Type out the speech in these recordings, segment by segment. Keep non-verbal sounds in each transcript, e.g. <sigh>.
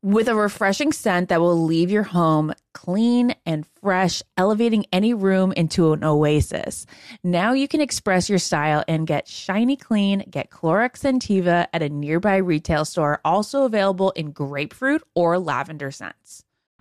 With a refreshing scent that will leave your home clean and fresh, elevating any room into an oasis. Now you can express your style and get shiny clean. Get Clorox Sentiva at a nearby retail store, also available in grapefruit or lavender scents.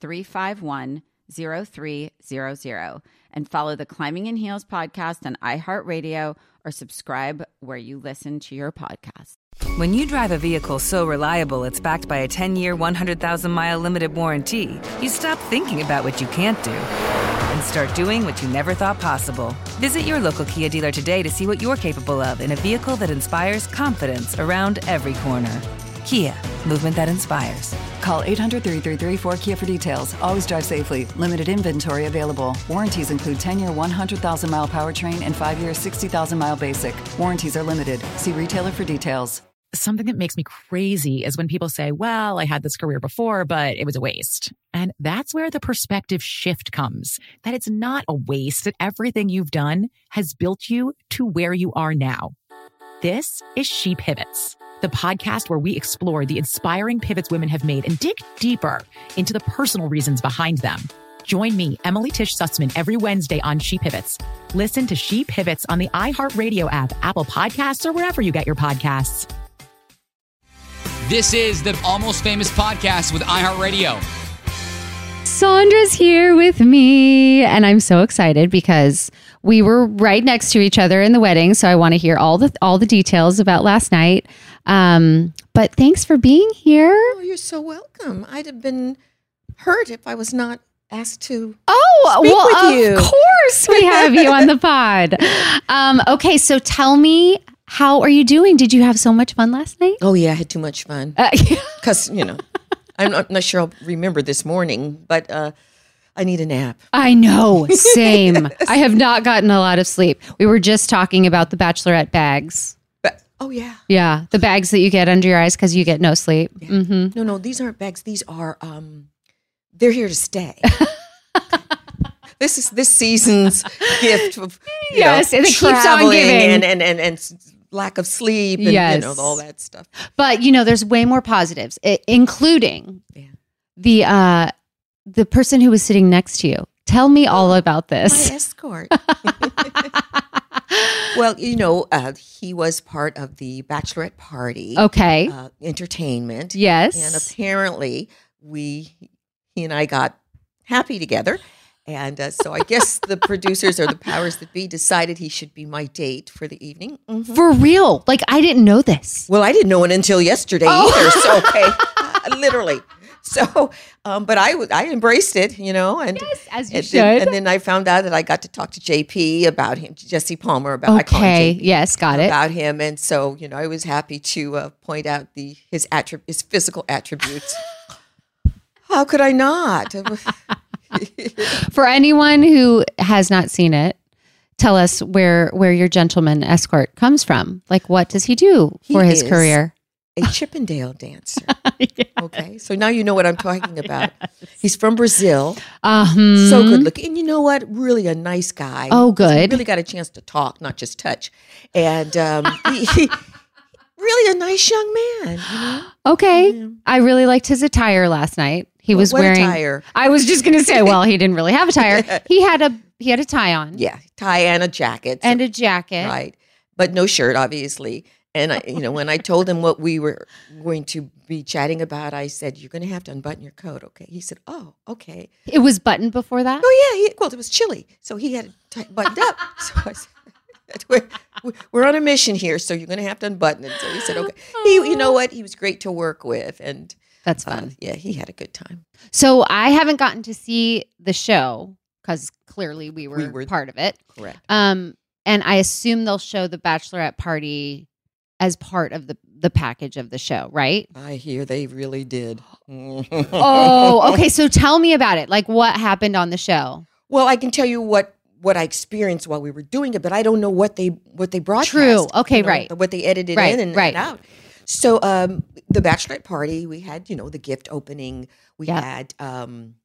351 0300 and follow the Climbing in Heels podcast on iHeartRadio or subscribe where you listen to your podcast. When you drive a vehicle so reliable it's backed by a 10 year, 100,000 mile limited warranty, you stop thinking about what you can't do and start doing what you never thought possible. Visit your local Kia dealer today to see what you're capable of in a vehicle that inspires confidence around every corner. Kia, movement that inspires. Call 800 333 4KIA for details. Always drive safely. Limited inventory available. Warranties include 10 year 100,000 mile powertrain and 5 year 60,000 mile basic. Warranties are limited. See retailer for details. something that makes me crazy is when people say, well, I had this career before, but it was a waste. And that's where the perspective shift comes that it's not a waste, that everything you've done has built you to where you are now. This is She Pivots, the podcast where we explore the inspiring pivots women have made and dig deeper into the personal reasons behind them. Join me, Emily Tish Sussman, every Wednesday on She Pivots. Listen to She Pivots on the iHeartRadio app, Apple Podcasts, or wherever you get your podcasts. This is the Almost Famous podcast with iHeartRadio. Sandra's here with me, and I'm so excited because we were right next to each other in the wedding. So I want to hear all the all the details about last night. Um, but thanks for being here. Oh, you're so welcome. I'd have been hurt if I was not asked to. Oh, Speak well, with of you. course we have you <laughs> on the pod. Um, okay, so tell me, how are you doing? Did you have so much fun last night? Oh yeah, I had too much fun Uh, because you know I'm not, not sure I'll remember this morning, but uh, I need a nap. <laughs> I know, <laughs> same. I have not gotten a lot of sleep. We were just talking about the bachelorette bags. But oh yeah, Yeah, the bags that you get under your eyes because you get no sleep. hmm no, no, these aren't bags. These are um, they're here to <laughs> stay. this is this season's gift of you Yes, know, and it keeps on traveling giving. and and and and s- lack of sleep and you Yes. know all that stuff. But you know, there's way more positives, i- including Yeah. the uh, the person who was sitting next to you. Tell me Oh, all about this. My escort. <laughs> well, you know, uh, he was part of the bachelorette party. Okay. uh, entertainment. And yes. apparently, we, he and I got happy together. And uh, so I guess the producers or the powers that be decided he should be my date for the evening. Mhm. For real. Like I didn't know this. Well, I didn't know it until yesterday Oh. either. <laughs> So, okay, Uh, literally. So, um, but I, w- I embraced it, you know, and As you and should. then, and then I found out that I got to talk to JP about him, Jesse Palmer about I Oh, call him okay. JP, Yes, got it. about him, and so you know I was happy to uh, point out the his attrib- his physical <laughs> attributes. How could I not? For anyone who has not seen it, tell us where where your gentleman escort comes from. Like, what does he do He for his is- career? a <laughs> Chippendale dancer. Okay, so now you know what I'm talking about. He's from Brazil, Um, so good looking, and you know what? Really a nice guy. Oh, He good. really got a chance to talk, not just touch, and um, he, he- really a nice young man. <gasps> you know? Okay, I really liked his attire last night. He What- was what wearing. attire? I was just gonna say, well, he didn't really have a <laughs> tire. He had a he had a tie on Yeah, tie and a jacket, so- and a jacket. right, but no shirt, obviously. And I, you know, when I told him what we were going to be chatting about, I said, "You're going to have to unbutton your coat." Okay, he said, "Oh, okay." It was buttoned before that. Oh yeah, he, well it was chilly, so he had it t- buttoned up. <laughs> So I said, <laughs> we're, we're on a mission here, so you're going to have to unbutton it. So he said, okay. He, you know what? He was great to work with, and That's uh, fun. yeah, he had a good time. So I haven't gotten to see the show because clearly we were, We were- part of it. Correct. Um, and I assume they'll show the bachelorette party as part of the the package of the show, <laughs> right? I hear they really did. Oh, okay. So tell me about it. Like what happened on the show? Well, I can tell you what what I experienced while we were doing it, but I don't know what they what they broadcast. True. Okay, you know, right. What they edited Right, in and, right. and out. So um, the bachelorette party, we had you know the gift opening. We Yeah. had. Um,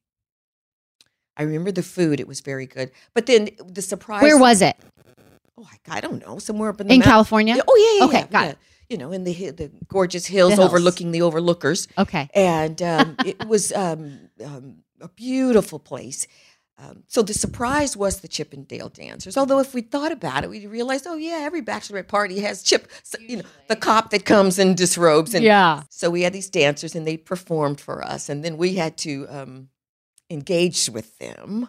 I remember the food; it was very good. But then the surprise. Where was it? Oh, I, I don't know. Somewhere up in the In mount- California? Yeah, oh yeah, yeah. Okay, yeah, got yeah. it. You know, in the hi- the gorgeous hills, hills. overlooking the overlookers, Okay. and um, it was um, um, a beautiful place. Um, so the surprise was the Chippendale dancers. Although if we thought about it, we realized, oh yeah, every bachelorette party has Chip, so, you know, the cop that comes and disrobes. And Yeah. So we had these dancers, and they performed for us, and then we had to um, engage with them.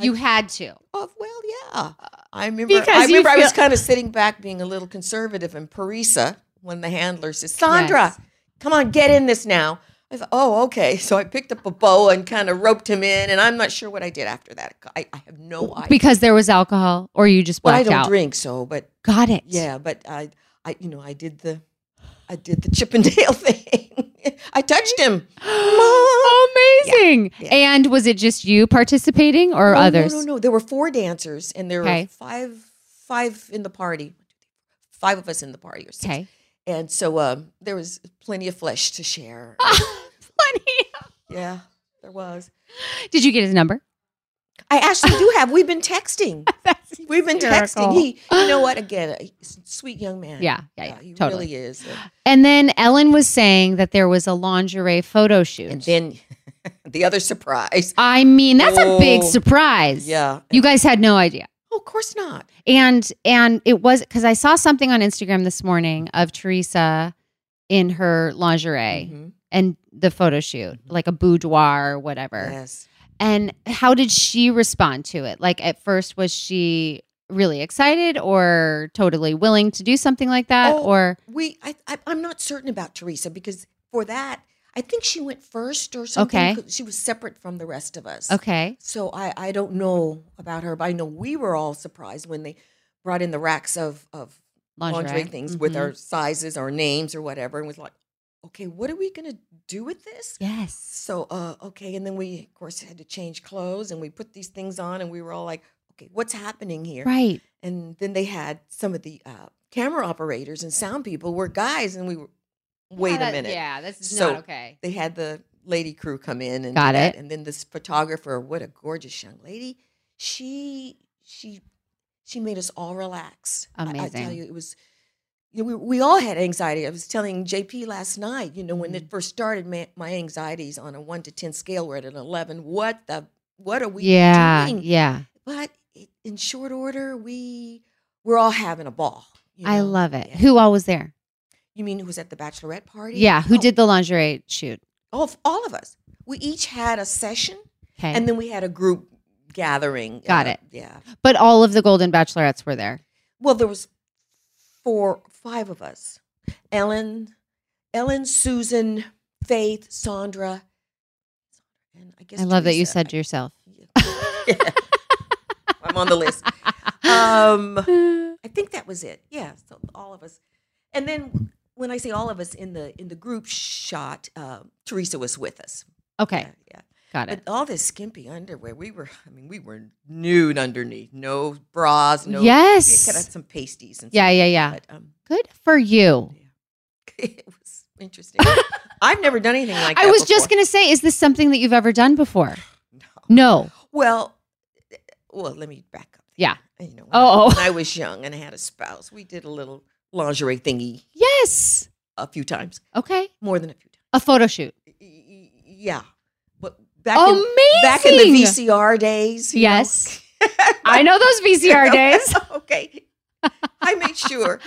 You had to. Oh well, yeah. I remember. I Because you remember I was feel- kind of sitting back, being a little conservative, and Parisa, one of the handlers, says, "Sandra, come on, get in this now." I thought, "Oh, okay." So I picked up a boa and kind of roped him in, and I'm not sure what I did after that. I, oh, I have no idea. Because there was alcohol or you just well, I blacked don't out. drink, so but Got it. yeah, but I, I, you know, I did the, I did the <laughs> Chippendale thing. I touched him. <gasps> Amazing. And was it just you participating or Oh, No, others? No, no, no. There were four dancers, and there Okay. were five five in the party. Five of us in the party, or six. Okay. And so um, there was plenty of flesh to <laughs> share. Plenty. yeah, there was. Did you get his number? I actually do have. We've been <laughs> texting. We've been hysterical. texting. He, you know what? Again, a s- sweet young man. Yeah, yeah, yeah, he totally. really is. And then Ellen was saying that there was a lingerie photo shoot. And then <laughs> the other surprise. I mean, that's a big Oh, surprise. Yeah. You guys had no idea. Oh, of course not. And and it was cuz I saw something on Instagram this morning of Teresa in her lingerie Mhm. and the photo shoot, like a boudoir or whatever. Yes. And how did she respond to it? Like at first was she really excited or totally willing to do something like that Oh, or we I, I i'm not certain about teresa because for that i think she went first or something Okay. 'cause she was separate from the rest of us okay. so i i don't know about her but i know we were all surprised when they brought in the racks of of lingerie, things with Mhm. our sizes our names or whatever and was like okay what are we gonna do with this Yes. so uh okay and then we of course had to change clothes and we put these things on and we were all like okay what's happening here Right. and then they had some of the uh, camera operators and sound people were guys, and we were, wait Yeah, a that- minute. Yeah, this is So- not okay. They had the lady crew come in and do Got that. it. and then this photographer, what a gorgeous young lady, she she she made us all relax. I- I, Amazing. tell you, it was. You know, we, we all had anxiety. I was telling JP last night, you know, when Mm-hmm. it first started, my, my anxieties on a one to 10 scale were at an 11. What the, what are we yeah. doing? Yeah. but it, in short order, we we're all having a ball. you I know? love it. Yeah. Who all was there? you mean? Who was at the bachelorette party? Yeah, who Oh, did the lingerie shoot? All of, all of us. We each had a session, Okay. and then we had a group gathering. Uh, Got it. Yeah. but all of the Golden Bachelorettes were there. Well, there was four, five of us: Ellen, Ellen, Susan, Faith, Sandra, and I guess I love that you Teresa. said yourself. Yeah. <laughs> I'm on the list. <laughs> Um, I think that was it. Yeah, so all of us. And then when I say all of us in the in the group shot, um, uh, Teresa was with us. Okay. Yeah, yeah. Got it. But all this skimpy underwear, we were, I mean, we were nude underneath, no bras, no. Yes. We had some pasties and Yeah, stuff, yeah, yeah. But, um, Good for you. <laughs> it was interesting. I've never done anything like that. <laughs> I was just before. going to say, is this something that you've ever done before? <gasps> No. Well, well, let me back up. Yeah. You know, when Oh, I- oh. when I was young and I had a spouse, we did a little lingerie thingy Yes. a few times, Okay. more than a few times. A photo shoot. Y- y- y- Yeah. But back in, back in Amazing. the VCR days. you know. <laughs> Yes. I know those VCR days. okay. I made sure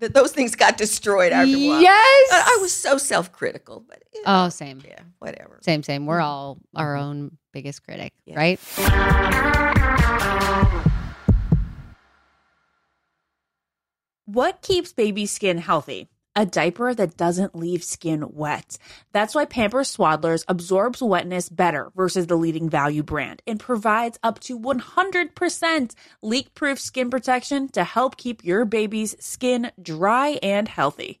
that those things got destroyed after a while. Yes. But I was so self-critical, but you Oh, know, same. yeah, whatever. Same, same. We're all our own biggest critic, Yeah. right? What keeps baby skin healthy? A diaper that doesn't leave skin wet. That's why Pampers Swaddlers absorbs wetness better versus the leading value brand and provides up to 100% leak proof skin protection to help keep your baby's skin dry and healthy.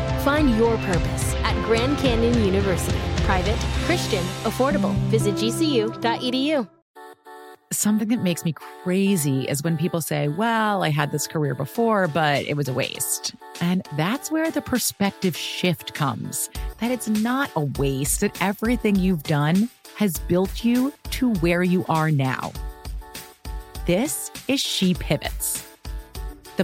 Find your purpose at Grand Canyon University. Private, Christian, affordable. Visit gcu.edu. Something that makes me crazy is when people say, Well, I had this career before, but it was a waste. And that's where the perspective shift comes that it's not a waste, that everything you've done has built you to where you are now. This is She Pivots, the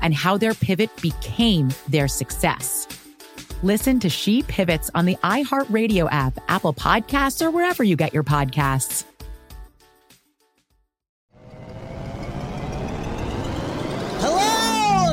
and how their pivot became their success. Listen to She Pivots on the iHeartRadio app, Apple Podcasts, or wherever you get your podcasts. Hello,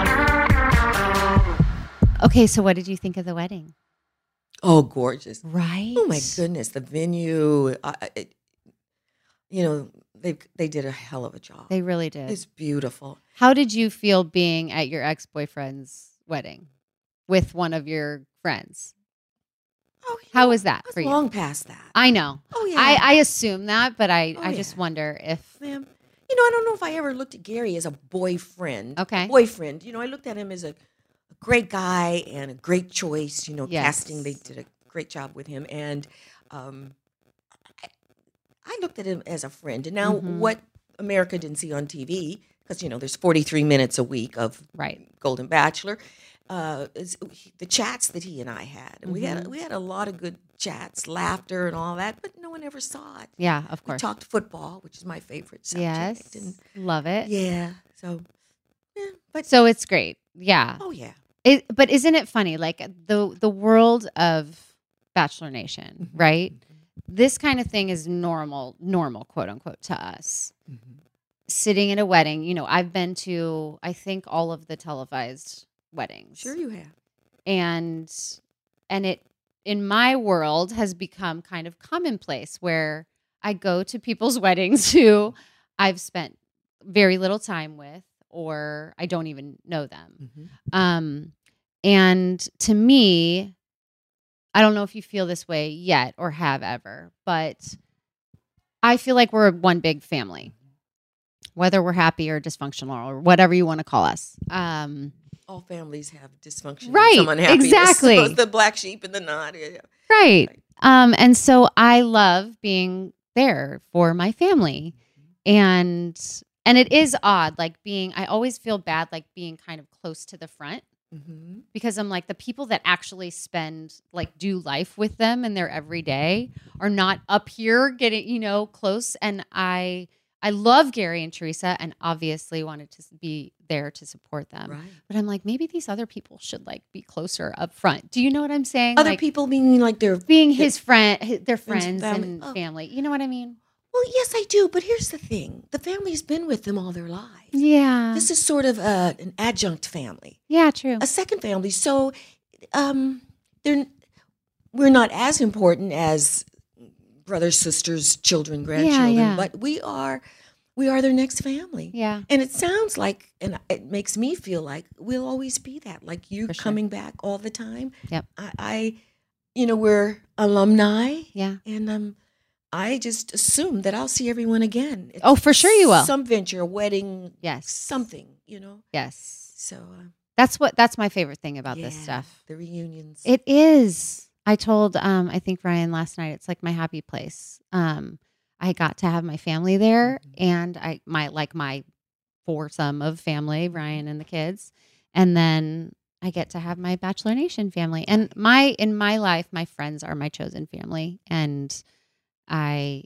Okay, so what did you think of the wedding? Oh, gorgeous. Right. Oh my goodness, the venue. I, I- it, you know, they they did a hell of a job. They really did. It's beautiful. How did you feel being at your ex boyfriend's wedding with one of your friends? Oh, you How know, was that I was for you? long past that. I know. oh yeah. I, I assume that, but I, Oh, I just yeah. wonder if Ma'am, you know, I don't know if I ever looked at Gary as a boyfriend. Okay. Boyfriend. You know, I looked at him as a, a great guy and a great choice. You know, Yes. casting, they did a great job with him. And um, I, I looked at him as a friend. And now, Mhm. what America didn't see on TV, because, you know, there's 43 minutes a week of right. Golden Bachelor. uh, is- the chats that he and I had. And we had Mhm. we had a lot of good chats, laughter, and all that. But no one ever saw it. Yeah, of We course. talked football, which is my favorite subject. Yes. And Love it. yeah, so so it's great. Yeah. Oh, yeah. It, but isn't it funny? Like the the world of Bachelor Nation, right? This kind of thing is normal, normal, quote unquote, to us. Sitting at a wedding, you know, I've been to I think all of the televised weddings. sure you have. and and it in my world has become kind of commonplace where I go to people's <laughs> weddings who I've spent very little time with or I don't even know them. Um and to me I don't know if you feel this way yet or have ever, but I feel like we're one big family. Whether we're happy or dysfunctional or whatever you want to call us. Um All families have dysfunction, and Right, Some unhappiness. <laughs> exactly. Both the black sheep and the not. yeah, yeah. Right. Um, and so I love being there for my family. And and it is odd, like being I always feel bad like being kind of close to the front because I'm like the people that actually spend like do life with them in their everyday are not up here getting, you know, close. And I I love Gary and Teresa and obviously wanted to be there to support them. Right. But I'm like, maybe these other people should like be closer up front. Do you know what I'm saying? Other Like- people meaning like they're being his friend, hi- their friends family. and family. Oh. You know what I mean? Well, yes, I do. But here's the thing: the family's been with them all their lives. Yeah. This is sort of a, an adjunct family. Yeah, true. A second family. So, um, they're we're not as important as brothers, sisters, children, grandchildren, yeah. but we are we are their next family. Yeah. And it sounds like, and it makes me feel like we'll always be that. Like you're coming back all the time. Yep. I, I, you know, we're alumni. Yeah. And um, I just assume that I'll see everyone again. at Oh, for sure you will. Some venture, a wedding. Yes. Something, you know. Yes. So uh, That's what that's my favorite thing about this yeah, stuff. The reunions. It is. I told um I think Ryan last night it's like my happy place. Um I got to have my family there Mm-hmm. and I my like my foursome of family, Ryan and the kids. And then I get to have my Bachelor Nation family. And my in my life, my friends are my chosen family and I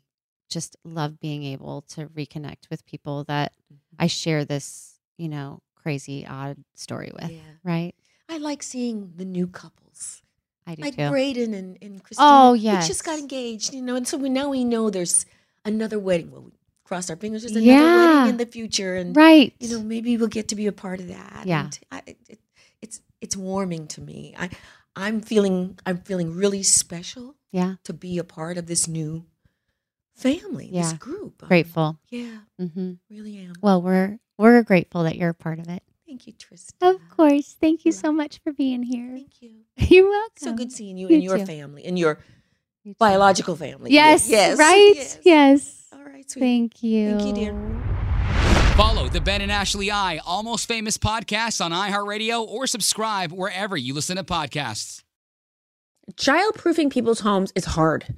just love being able to reconnect with people that Mm-hmm. I share this, you know, crazy odd story with, Yeah. right? I like seeing the new couples. I do like too. Braden and, and Christina. Oh, They just got engaged, you know, and so we, now we know there's another wedding. Well, we cross our fingers, there's another Yeah. wedding in the future. And, Right. You know, maybe we'll get to be a part of that. Yeah. And I, it, it- it's, it's warming to me. I, I'm feeling, I'm feeling really special Yeah. to be a part of this new family, this Yeah. group. I'm- Grateful. yeah. Mm-hmm. Really am. Well, we're we're grateful that you're a part of it. Thank you, Tristan. Of course. Thank you so much for being here. Thank you. <laughs> You're welcome. So good seeing you, and your Um, too. family and your biological family. Yes. Yes. Right. Yes. Yes. All right. Sweet. Thank you. Thank you, dear. Follow the Ben and Ashley I Almost Famous podcast on iHeartRadio or subscribe wherever you listen to podcasts. Childproofing people's homes is hard,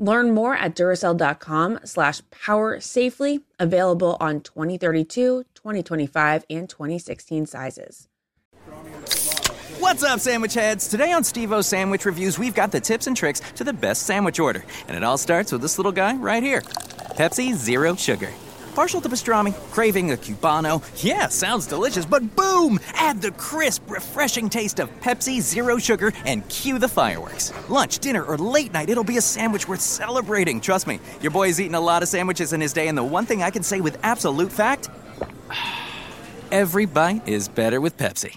Learn more at Duracell.com slash power safely, available on 2032, 2025, and 2016 sizes. What's up, sandwich heads? Today on Steve O's Sandwich Reviews, we've got the tips and tricks to the best sandwich order. And it all starts with this little guy right here Pepsi Zero Sugar. Partial to pastrami, craving a cubano. Yeah, sounds delicious, but boom! Add the crisp, refreshing taste of Pepsi Zero Sugar and cue the fireworks. Lunch, dinner, or late night, it'll be a sandwich worth celebrating, trust me. Your boy's eaten a lot of sandwiches in his day, and the one thing I can say with absolute fact every bite is better with Pepsi.